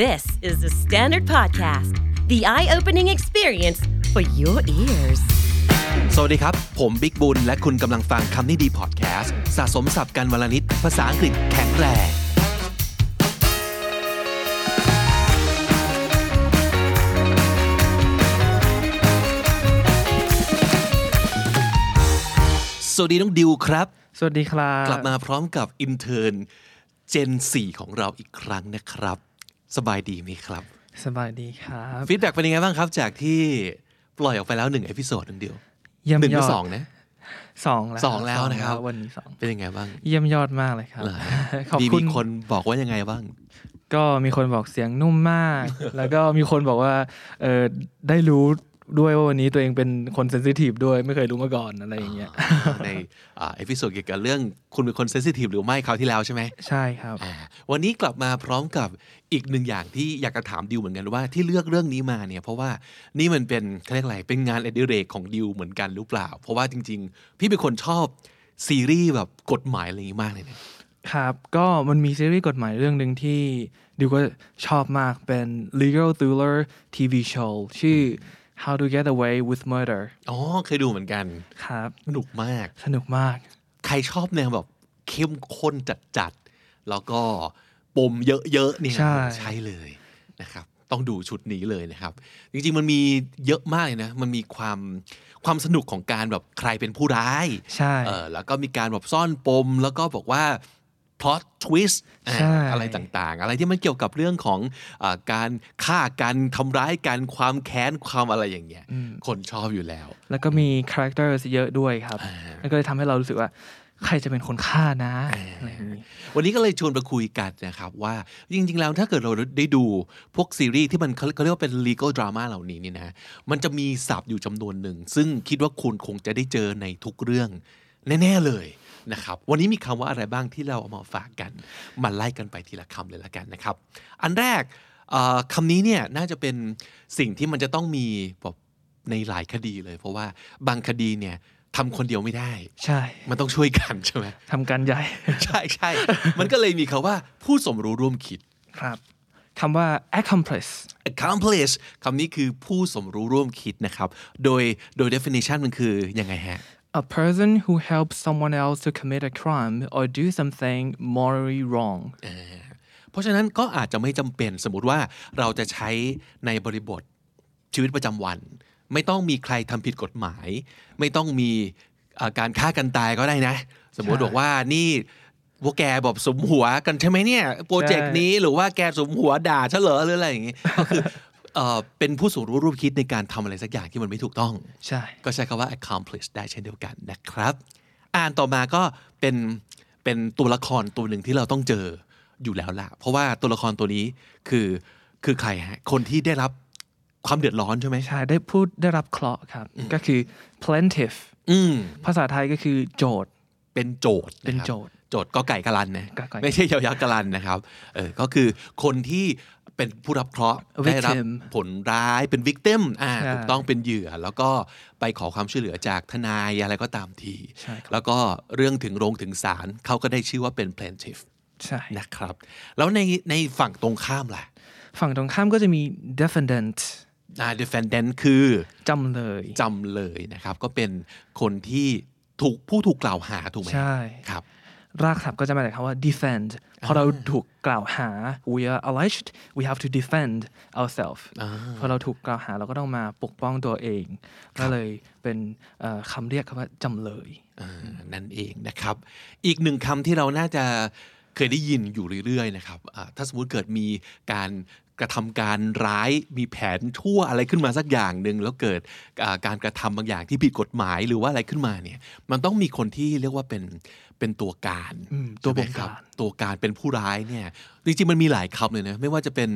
This is the Standard Podcast, the eye opening experience for your ears. สวัสดีครับ ผมบิ๊กบุญ และคุณกำลังฟังคำนี้ดีพอดแคสต์สะสมสับกันวลนิด ภาษาอังกฤษแข็งแรงสวัสดีน้องดิวครับ สวัสดีครับ กลับมาพร้อมกับอินเทอร์นเจน 4 ของเราอีกครั้งนะครับ สบายดีไหมครับ สบายดีครับ ฟีดแบ็กเป็นยังไงบ้างครับ จากที่ปล่อยออกไปแล้วหนึ่งเอพิโซดหนึ่งเดียว เยี่ยม หนึ่งห ย รือ อ ด สองนะ สองแล้ว สองแล้วนะครับ วันนี้สอง เป็นยังไงบ้าง เยี่ยมยอดมากเลยครับ เหรอ ขอบ มี คุ มี ณ คนบอกว่ายังไงบ้าง ก็มีคนบอกเสียงนุ่มมาก แล้วก็มีคนบอกว่าเออได้รู้ด้วยว่าวันนี้ตัวเองเป็นคนเซนซิทีฟด้วยไม่เคยรู้มาก่อนอะไรอย่างเงี้ย ในอ่าเอพิโซดเกี่ยวกับเรื่องคุณเป็นคนเซนซิทีฟหรือไม่คราวที่แล้วใช่ไหม ใช่ครับ อ่าวันนี้กลับมาพร้อมกับอีกหนึ่งอย่างที่อยากจะถามดิวเหมือนกันว่าที่เลือกเรื่องนี้มาเนี่ยเพราะว่านี่มันเป็นเขาเรียกอะไรเป็นงานอดิเรกของดิวเหมือนกันหรือเปล่า เพราะว่าจริง ๆ พี่เป็นคนชอบซีรีส์แบบกฎหมายอะไรอย่างนี้มากเลยนะครับ ก็มันมีซีรีส์กฎหมายเรื่องหนึ่งที่ดิวก็ชอบมากเป็น legal thriller TV show ชื่อ How to Get Away with Murder อ๋อเคยดูเหมือนกัน ครับ สนุกมาก สนุกมาก ใครชอบแนวแบบเข้มข้นจัดๆ แล้วก็ปมเยอะๆเนี่ย ใช่ เลยนะครับ ต้องดูชุดนี้เลยนะครับ จริงๆมันมีเยอะมากเลยนะ มันมีความความสนุกของการแบบใครเป็นผู้ร้าย ใช่ เออแล้วก็มีการแบบซ่อนปม แล้วก็บอกว่า plot twist อ่า ใช่ อะไรต่างๆ อะไรที่มันเกี่ยวกับเรื่องของอาการฆ่ากันทำร้ายกันความแค้นความอะไรอย่างเงี้ยคนชอบอยู่แล้ว แล้วก็มีคาแรคเตอร์เยอะด้วยครับ อ่ามั มันก็เลยทำให้เรารู้สึกว่า ใครจะเป็นคนฆ่านะอะไรอย่างนี้ วันนี้ก็เลยชวนมาคุยกันนะครับ ว่าจริง ๆ แล้วถ้าเกิดเราได้ดูพวกซีรีส์ที่มันเขาเขาเรียกว่าเป็น legal drama เหล่านี้นี่นะ มันจะมีศัพท์อยู่จำนวนหนึ่ง ซึ่งคิดว่าคุณคงจะได้เจอในทุกเรื่อง แน่ ๆ เลยนะครับ วันนี้มีคำว่าอะไรบ้างที่เราเอามาฝากกัน มาไล่กันไปทีละคำเลยละกันนะครับ อันแรกเอ่อคำนี้เนี่ยน่าจะเป็นสิ่งที่มันจะต้องมีแบบในหลายคดีเลย เพราะว่าบางคดีเนี่ยทำคนเดียวไม่ได้ ใช่ มันต้องช่วยกันใช่ไหม ทำการใหญ่ ใช่ใช่ มันก็เลยมีคาว่าผู้สมรู้ร่วมคิด ครับคำว่า accomplice accomplish คำนี้คือผู้สมรู้ร่วมคิดนะครับ โดยโดย definition มันคือยังไงฮะ a person who helps someone else to commit a crime or do something morally wrong เพราะฉะนั้นก็อาจจะไม่จำเป็นสมมติว่าเราจะใช้ในบริบทชีวิตประจำวัน ไม่ต้องมีใครทำผิดกฎหมาย ไม่ต้องมีเอ่อการฆ่ากันตายก็ได้นะ สมมติบอกว่านี่พวกแกแบบสมหัวกันใช่ไหมเนี่ยโปรเจกต์นี้หรือว่าแกสมหัวด่าฉันเฉลอหรืออะไรอย่างงี้ ก็คือเอ่อเป็นผู้สูงรู้ร่วมคิดในการทำอะไรสักอย่างที่มันไม่ถูกต้อง ใช่ ก็ใช้คำว่า accomplish ได้เช่นเดียวกันนะครับ อ่านต่อมาก็เป็นเป็นตัวละครตัวหนึ่งที่เราต้องเจออยู่แล้วล่ะ เพราะว่าตัวละครตัวนี้คือคือใครฮะ คนที่ได้รับความเดือดร้อนใช่ไหม ใช่ ได้พูดได้รับเคราะห์ครับ ก็คือ plaintiff อืม ภาษาไทยก็คือโจทย์ เป็นโจทย์ะครับ เป็นโจทย์ โจทย์ก็ไก่กะลันนะ ก็ไก่ ไม่ใช่ยาวยักษ์กะลันนะครับเออก็คือคนที่เป็นผู้รับเคราะห์ Victim ได้รัผลร้ายเป็นวิกเตมอ่า ใช่ ถูกต้องเป็นเหยื่อ แล้วก็ไปขอความช่วยเหลือจากทนายอะไรก็ตามที ใช่ครับ แล้วก็เรื่องถึงโรงถึงศาลเขาก็ได้ชื่อว่าเป็น plaintiff ใช่ นะครับ แล้วในในฝั่งตรงข้ามล่ะ ฝั่งตรงข้ามก็จะมี defendant อ่า defendant คือ จำเลย จำเลยนะครับ ก็เป็นคนที่ถูกผู้ถูกกล่าวหาถูกไหม ใช่ ครับ รากศัพท์ก็จะมาจากคำว่า defend พอเราถูกกล่าวหา we are alleged we have to defend ourselves พอเราถูกกล่าวหาเราก็ต้องมาปกป้องตัวเอง ก็เลยเป็นเอ่อคำเรียกคำว่าจำเลย อ่านั่นเองนะครับ อีกหนึ่งคำที่เราน่าจะเคยได้ยินอยู่เรื่อยๆนะครับอ่าถ้าสมมติเกิดมีการกระทำการร้ายมีแผนชั่วอะไรขึ้นมาสักอย่างหนึ่งแล้วเกิดอ่าการกระทำบางอย่างที่ผิดกฎหมายหรือว่าอะไรขึ้นมาเนี่ยมันต้องมีคนที่เรียกว่าเป็นเป็นตัวการ อืมตัวบงการ ใช่ไหมคตัวการเป็นผู้ร้ายเนี่ยจริงๆมันมีหลายคำเลยนะไม่ว่าจะเป็น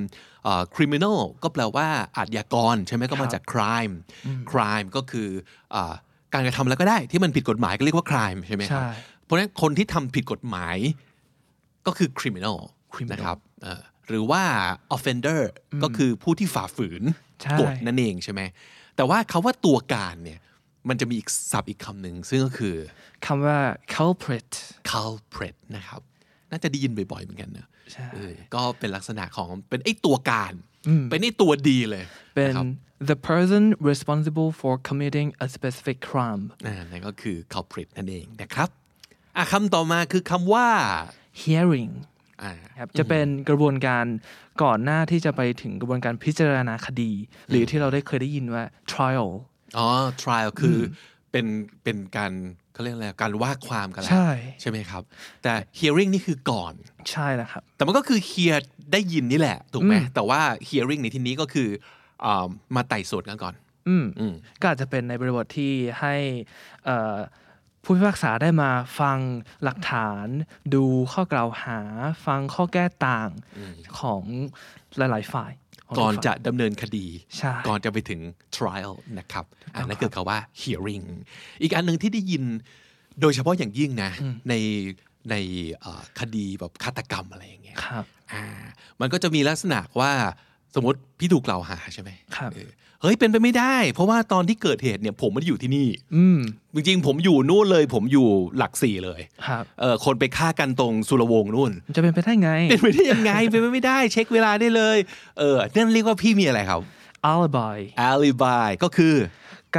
อ่า criminal ก็แปลว่าอาชญากรใช่ไหมก็มาจาก crime crime ก็คืออ่าการกระทำแล้วก็ได้ที่มันผิดกฎหมายก็เรียกว่า crime ใช่ไหม ใช่ไหมครับ ใช่ เพราะฉะนั้นคนที่ทำผิดกฎหมายก็คือ criminal criminal นะครับเอ่อหรือว่า offender ก็คือผู้ที่ฝ่าฝืน ใช่ กฎนั่นเองใช่ไหมแต่ว่าคาว่าตัวการเนี่ยมันจะมีอีกศัพท์อีกคำหนึ่งซึ่งก็คือ คำว่า culprit culprit นะครับ น่าจะได้ยินบ่อยๆเหมือนกันนะ ใช่ เออก็เป็นลักษณะของเป็นไอ้ตัวการ อืม เป็นไอ้ตัวดีเลย เป็น ะครับ the person responsible for committing a specific crime อ่านั่นก็คือ culprit นั่นเองนะครับอ่ะคำต่อมาคือคำว่า hearing อ่า ครับจะเป็นกระบวนการก่อนหน้าที่จะไปถึงกระบวนการพิจารณาคดี หรือที่เราได้เคยได้ยินว่า trial อ๋อ trial คืออเป็นเป็นการเขาเรียกอะไรการว่าความกันแหละ ใช่ ใช่ไหมครับ แต่ hearing นี่คือก่อน ใช่แล้วครับ แต่มันก็คือ hear ได้ยินนี่แหละ ถูกไหม อืม แต่ว่า hearing ในที่นี้ก็คืออ่ามาไต่สวนกันก่อน อืม อืม ก็อาจจะเป็นในบริบทที่ให้เอ่อผู้พิพากษาได้มาฟังหลักฐาน ดูข้อกล่าวหา ฟังข้อแก้ต่างของหลาย ๆ ฝ่ายของ ก่อน ทุฝ่าย จะดำเนินคดี ใช่ ก่อนจะไปถึง trial นะครับ อันนั้นคือคำว่า hearing อีกอันหนึ่งที่ได้ยินโดยเฉพาะอย่างยิ่งนะ ในในเอ่อคดีแบบฆาตกรรมอะไรอย่างเงี้ย ครับ อ่ามันก็จะมีลักษณะว่าสมมติพี่ถูกกล่าวหาใช่ไหม ครับ เออเฮ้ยเป็นไปไม่ได้ เพราะว่าตอนที่เกิดเหตุเนี่ยผมไมันอยู่ที่นี่ อืม จริงๆ ผมอยู่นู่นเลย ผมอยู่หลักสี่เลย ครับ เออคนไปฆ่ากันตรงสุรวงศ์นู่ น มันจะเป็นไปได้ไง เป็นไปได้ยังไง เป็นไปไม่ได้ เช็คเวลาได้เลยเออนั่นเรียกว่าพี่มีอะไรครับ alibi อาลีบายก็คือ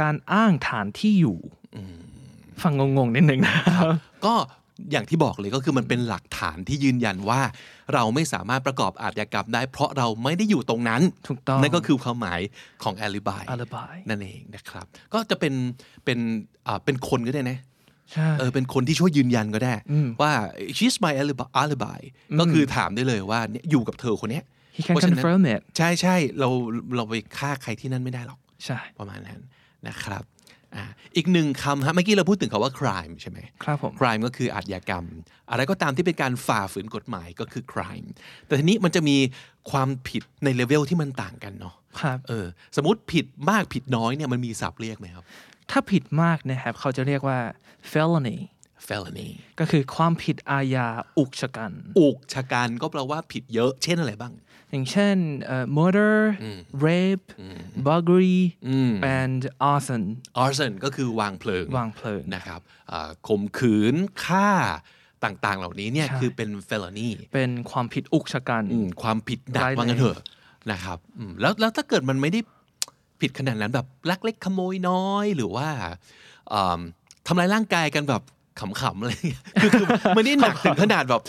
การอ้างฐานที่อยู่ฟังงงๆนิดนึงนะครับ ก็อย่างที่บอกเลยก็คือมันเป็นหลักฐานที่ยืนยันว่า เราไม่สามารถประกอบอาชญากรรมได้ เพราะเราไม่ได้อยู่ตรงนั้น ถูกต้อง นั่นก็คือความหมายของอาลีบาย alibi นั่นเองนะครับ ก็จะเป็นเป็นอ่าเป็นคนก็ได้นะ ใช่ เออเป็นคนที่ช่วยยืนยันก็ได้ อืม ว่า she's my alibi alibi อืม ก็คือถามได้เลยว่าเนี่ยอยู่กับเธอคนเนี้ย he can เพราะฉะนั้น confirm it ใช่ใช่เราเราไปฆ่าใครที่นั่นไม่ได้หรอก ใช่ ประมาณนั้นนะครับอ่าอีกหนึ่งคำฮะเมื่อกี้เราพูดถึงคาว่า crime ใช่ไหม ครับผม crime ก็คืออาชญากรรม อะไรก็ตามที่เป็นการฝ่าฝืนกฎหมายก็คือ crime แต่ทีนี้มันจะมีความผิดในเลเวลที่มันต่างกันเนาะ ครับ เออสมมติผิดมากผิดน้อยเนี่ยมันมีศัพท์เรียกไหมครับ ถ้าผิดมากนะครับ เขาจะเรียกว่า felony felony ก็คือความผิดอาญาอุกชะกัน อุกชะกันก็แปลว่าผิดเยอะ เช่นอะไรบ้าง อย่างเช่นเอ่อ murder rape burglary อืม and arson arson ก็คือวางเพลิง วางเพลิง นะครับอ่าข่มขืนฆ่าต่างๆ เหล่านี้เนี่ย ใช่ คือเป็น felony เป็นความผิดอุกชะกัน อืมความผิดหนัก ร้ายแรง ว่างั้นเถอะนะครับอืมแล้วแล้วถ้าเกิดมันไม่ได้ผิดขนาดนั้นแบบลักเล็กขโมยน้อยหรือว่าอ่าทำลายร่างกายกันแบบขำๆอะไรอย่างเงี้ ยคือคือไม่ได้หนักถึงขนาดแบบ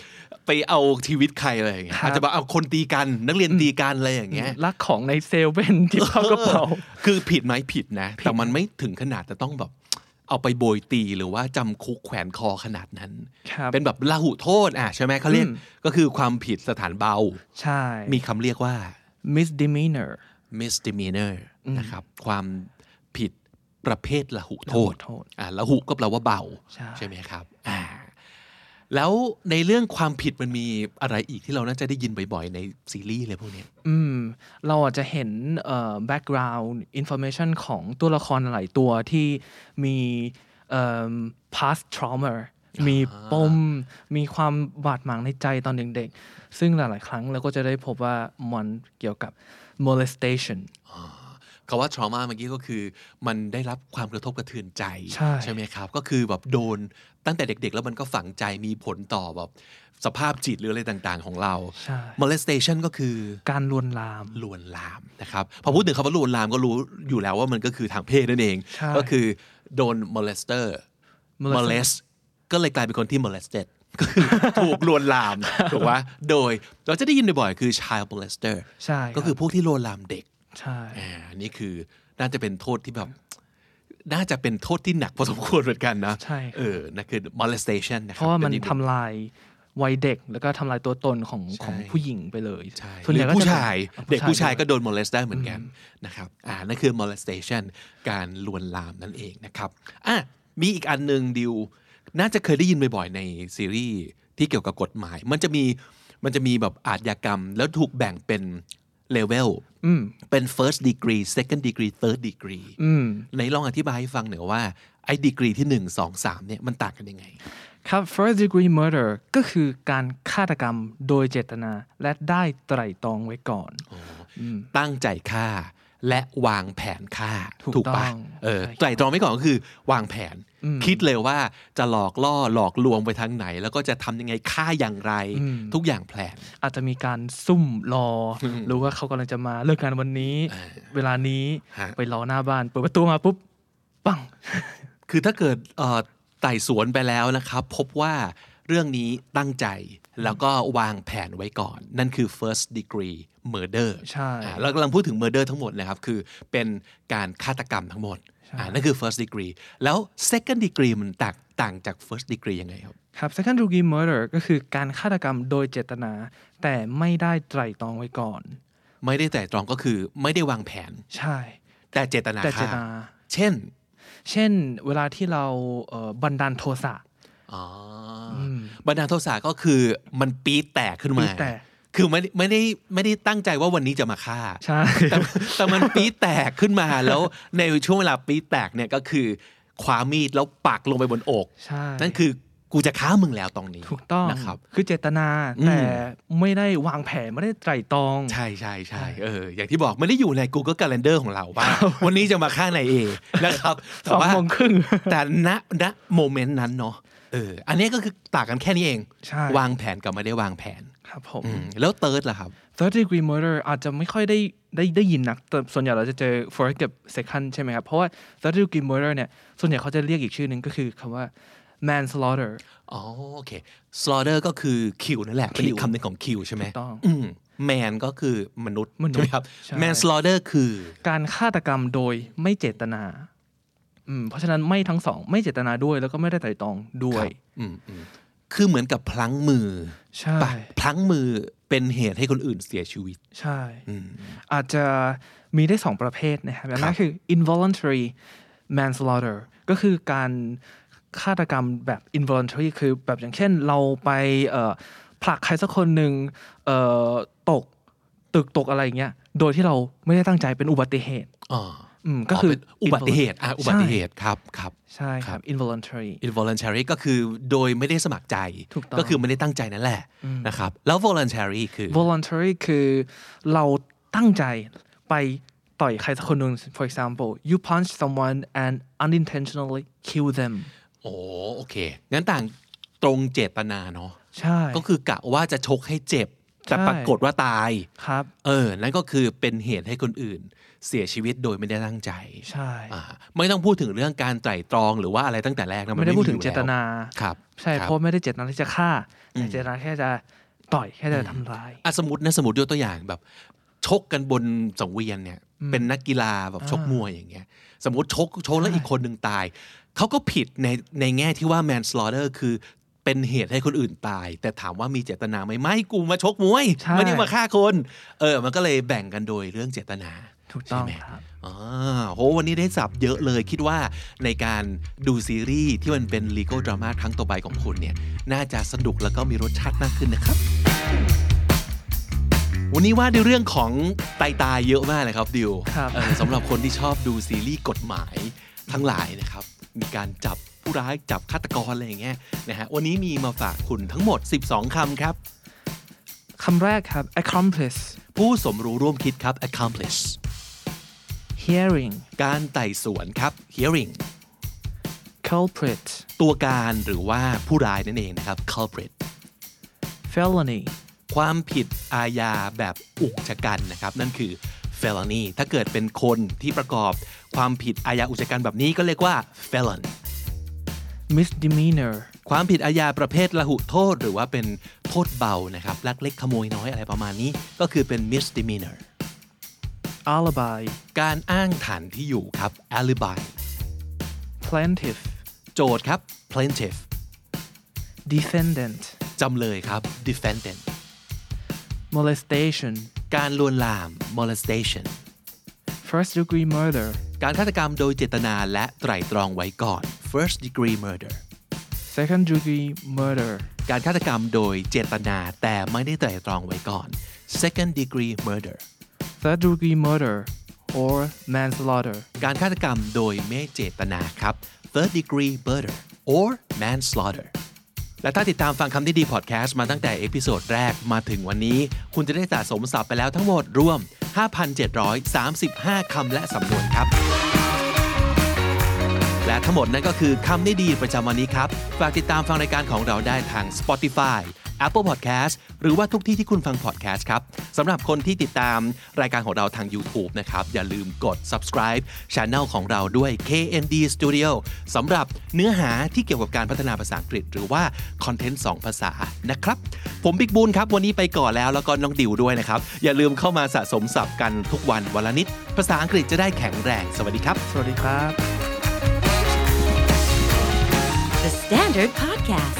ไปเอาชีวิตใครอะไรอย่างเงี้ยอาจจะแบบเอาคนตีกันนักเรียนตีกันอะไรอย่างเงี้ย ลักของในเซเว่นที่เข้ากระเป๋า ออคือผิดไหมผิดนะ แต่มันไม่ถึงขนาดจะต้องแบบ เอาไปโบยตีหรือว่าจำคุกแขวนคอขนาดนั้น ครับ เป็นแบบลาหุโทษอ่ะใช่ไหมเขาเรียก อืม ก็คือความผิดสถานเบา ใช่ มีคำเรียกว่า misdemeanor misdemeanor นะครับ ความผิดประเภทละหุโทษ ละหุโทษ อ่าละหุก็แปลว่าเบา ใช่ ไหมครับอ่าแล้วในเรื่องความผิดมันมีอะไรอีกที่เราน่าจะได้ยินบ่อยๆ ในซีรีส์อะไรพวกเนี้ย อืมเราอาจจะเห็นเอ่อ background information ของตัวละครหลายตัวที่มีเอ่อ past trauma มีปม มีความบาดหมางในใจตอนเด็กๆ ซึ่งหลายๆ ครั้งเราก็จะได้พบว่ามันเกี่ยวกับ molestation คาว่า trauma เมื่อกี้ก็คือ มันได้รับความกระทบกระเทือนใจ ใช่ ไหมครับ ก็คือแบบโดนตั้งแต่เด็กๆ แล้วมันก็ฝังใจมีผลต่อแบบสภาพจิตหรืออะไรต่างๆ ของเรา ใช่ molestation ก็คือ การลวนลาม ลวนลามนะครับพอพูดถึงคำว่าลวนลามก็รู้อยู่แล้วว่ามันก็คือทางเพศนั่นเอง ใช่ ก็คือโดน molester molest ก็เลยกลายเป็นคนที่ molested ก็คือถูกลวนลามถูกไหมโดยเราจะได้ยินบ่อยๆคือ child molester ใช่ ก็คือ รับ พวกที่ลวนลามเด็ก ใช่ อ่าอันนี่คือน่าจะเป็นโทษที่แบบ น่าจะเป็นโทษที่หนักพอสมควรเหมือนกันนะ ใช่ เออนั่นคือ molestation นะค เพ บ ราะว่ามัน ป็อีก ทำลายวัยเด็ก แล้วก็ทำลายตัวตนของ ใช่ ของผู้หญิงไปเลย ใช่ ส่วน ห ให รื ญ่ อ ก็จะ ผู้ ป็น ชาย เด็กผู้ชาย ด้ว ก็โดน molest ได้เหมือนกันนะครับอ่านั่นคือ molestation การลวนลามนั่นเองนะครับอ่ะมีอีกอันหนึ่งดิว น่าจะเคยได้ยินบ่อยๆ ในซีรีส์ที่เกี่ยวกับกฎหมาย มันจะมีมันจะมีแบบอาชญากรรม แล้วถูกแบ่งเป็นเลเวล อืม เป็น first degree second degree third degree อืม ไหนลองอธิบายให้ฟังหน่อยว่าไอ้ดีกรีที่ 1 2 3เนี่ยมันต่างกันยังไง ครับ first degree murder ก็คือการฆาตกรรมโดยเจตนา และได้ไตร่ตรองไว้ก่อน ตั้งใจฆ่า และวางแผนฆ่า ถูก ถูกปะ ต้อง เออ ใช่ครับ ไตรตรองไว้ก่อนก็คือ วางแผน อืม คิดเลยว่าจะหลอกล่อหลอกลวงไปทางไหน แล้วก็จะทำยังไงฆ่าอย่างไร อืม ทุกอย่างแผน อาจจะมีการซุ่มรออรู้ว่าเขากำลังจะมาเลิกงานวันนี้ เวลานี้ ฮะ ไปรอหน้าบ้านเปิดประตูมาปุ๊บปัง คือถ้าเกิดเอ่อไต่สวนไปแล้วนะครับ พบว่าเรื่องนี้ตั้งใจแล้วก็วางแผนไว้ก่อน นั่นคือ first degree murder ใช่ อ่าเรากำลังพูดถึง murder ทั้งหมดนะครับ คือเป็นการฆาตกรรมทั้งหมดอ่านั่นคือ first degree แล้ว second degree มันแตกต่างจาก first degree ยังไงครับ ครับ second degree murder ก็คือการฆาตกรรมโดยเจตนา แต่ไม่ได้ไตร่ตรองไว้ก่อน ไม่ได้แต่ตรองก็คือไม่ได้วางแผน ใช่ แต่เจตนา แต่เจ ฆ่า ตนา เช่น เช่นเวลาที่เราเอ่อบันดาลโทสะ อ๋ออ ม บรรดาลโทสะก็คือมันปี๊ดแตกขึ้น ปี๊ มา ดแตก คือไม่ได้ไม่ได้ไม่ได้ตั้งใจว่าวันนี้จะมาฆ่า ใช่ แต่แต่มันปี๊แตกขึ้นมาแล้วในช่วงเวลาปี๊แตกเนี่ยก็คือคว้ามีดแล้วปักลงไปบนอก ใช่ นั่นคือกูจะฆ่ามึงแล้วตรงนี้ ถูกต้อง นะครับ คือเจตนา อืม แต่ไม่ได้วางแผน ไม่ได้ไตร่ตรอง ใช่ใช่ใช่เอออย่างที่บอกไม่ได้อยู่ใน Google Calendar ของเราว่า วันนี้จะมาฆ่านายเอนะครับแต่ว่า สองโมงครึ่ง แต่ณณโมเมนต์นั้นเนาะเอออันนี้ก็คือต่างกันแค่นี้เอง ใช่ วางแผนกับไม่ได้วางแผน ครับผม อืมแล้วเติร์ดล่ะครับ third degree murder อาจจะไม่ค่อยได้ได้ได้ยินนักแต่ส่วนใหญ่เราจะเจอ first กับ second ใช่ไหมครับ เพราะว่า third degree murder เนี่ย ส่วนใหญ่เขาจะเรียกอีกชื่อหนึ่งก็คือคำว่า manslaughter อ๋อโอเค slaughter ก็คือคิวนั่นแหละเป็นอีกคำหนึ่งของคิวใช่ไหม ถูกต้อง อืม man ก็คือมนุษย์ มนุษใช่ย์ไหครับ ใช่ man slaughter คือ การฆาตกรรมโดยไม่เจตนาอืมเพราะฉะนั้นไม่ทั้งสอง ไม่เจตนาด้วยแล้วก็ไม่ได้ไตร่ตรองด้ว ค ย รับ อืมอืมคือเหมือนกับพลั้งมือ ใช่ ปะพลั้งมือเป็นเหตุให้คนอื่นเสียชีวิต ใช่ อืม อาจจะมีได้สองประเภทนะครับอันแรกคือ involuntary manslaughter ก็คือการฆาตกรรมแบบ involuntary คือแบบอย่างเช่นเราไปเอ่อผลักใครสักคนหนึ่งเอ่อตกตึกตกอะไรอย่างเงี้ยโดยที่เราไม่ได้ตั้งใจเป็นอุบัติเหตุ อ๋อ อืมก็คือ เป็นอุบัติเหตุอ่ะอุบัติเหตุครับครับ ใช่ค ครั รับ บ involuntary involuntary ก็คือโดยไม่ได้สมัครใจ ถูกต้อง ก็คือไม่ได้ตั้งใจนั่นแหละนะครับ แล้ว voluntary คือ voluntary คือเราตั้งใจไปต่อยใครสักคนหนึ่ง for example you punch someone and unintentionally kill them โอ้โอเค งั้นต่างตรงเจตนาเนาะ ใช่ ก็คือกะว่าจะชกให้เจ็บ แต่ ใช่ ปรากฏว่าตาย ครับ เออ นั่นก็คือเป็นเหตุให้คนอื่น เสียชีวิตโดยไม่ได้ตั้งใจ ใช่ อ่าไม่ต้องพูดถึงเรื่องการไตร่ตรองหรือว่าอะไรตั้งแต่แรกนะน ไม่ได้พูดถึองยู่ เจ แล้ว ตนา ครับ ใช่ คบ เพราะไม่ได้เจตนาที่จะฆ่าแต่เจตนาแค่จะต่อยแค่จะทำร้าย อ่ะสมมตินะสมมติยกตัวอย่างแบบ ชกกันบนสังเวียนเนี่ย เป็นนักกีฬาแบบชกมวยอย่างเงี้ย สมมติชกชกแล้วอีกคนหนึ่งตาย เขาก็ผิดในในแง่ที่ว่า manslaughter คือเป็นเหตุให้คนอื่นตาย แต่ถามว่ามีเจตนาไหมไม่กูมาชกมวย ใช่ ไม่ได้มาฆ่าคน เออ มันก็เลยแบ่งกันโดยเรื่องเจตนา ถูกต้อง ใช่ไหม ครับ อ่าโหวันนี้ได้สับเยอะเลยคิดว่าในการดูซีรีส์ที่มันเป็น legal drama ครั้งต่อไปของคุณเนี่ย น่าจะสนุกแล้วก็มีรสชาติมากขึ้นนะครับ วันนี้ว่าในเรื่องของตายตายๆเยอะมากเลยครับดิว ครับ เออสำหรับคนที่ชอบดูซีรีส์กฎหมายทั้งหลายนะครับ มีการจับผู้ร้ายจับฆาตกรอะไรอย่างเงี้ยนะฮะวันนี้มีมาฝากคุณทั้งหมด 12คำครับ คำแรกครับ accomplice ผู้สมรู้ร่วมคิดครับ accomplice hearing การไต่สวนครับ hearing culprit ตัวการหรือว่าผู้ร้ายนั่นเองนะครับ culprit felony ความผิดอาญาแบบอุกชะกันนะครับ นั่นคือ felony ถ้าเกิดเป็นคนที่ประกอบความผิดอาญาอุกชะกันแบบนี้ก็เรียกว่า felon misdemeanor ความผิดอาญาประเภทละหุโทษ หรือว่าเป็นโทษเบานะครับลักเล็กขโมยน้อยอะไรประมาณนี้ ก็คือเป็น misdemeanor alibi การอ้างฐานที่อยู่ครับ alibi plaintiff โจทย์ครับ plaintiff defendant จำเลยครับ defendant molestation การลวนลาม molestation first degree murder การฆาตกรรมโดยเจตนาและไตร่ตรองไว้ก่อน first degree murder second degree murder การฆาตกรรมโดยเจตนาแต่ไม่ได้ไตร่ตรองไว้ก่อน second degree murder third degree murder or manslaughter การฆาตกรรมโดยไม่เจตนาครับ third degree murder or manslaughter และถ้าติดตามฟังคำที่ดีพอดแคสต์มาตั้งแต่เอพิโซดแรกมาถึงวันนี้ คุณจะได้สะสมศัพท์ไปแล้วทั้งหมดรวม 5,735 คำและสำนวนครับ และทั้งหมดนั้นก็คือคำได้ดีประจำวันนี้ครับ ฝากติดตามฟังรายการของเราได้ทาง Spotify Apple Podcast หรือว่าทุกที่ที่คุณฟัง podcast ครับสำหรับคนที่ติดตามรายการของเราทาง YouTube นะครับ อย่าลืมกด subscribe Channel ของเราด้วย KND Studio สำหรับเนื้อหาที่เกี่ยวกับการพัฒนาภาษาอังกฤษ หรือว่าคอนเทนต์ 2 ภาษานะครับ ผมบิ๊กบูลครับ วันนี้ไปก่อนแล้วแล้วก็น้องดิวด้วยนะครับ อย่าลืมเข้ามาสะสมศัพท์กันทุกวันวันละนิด ภาษาอังกฤษจะได้แข็งแรง สวัสดีครับ สวัสดีครับ The Standard Podcast,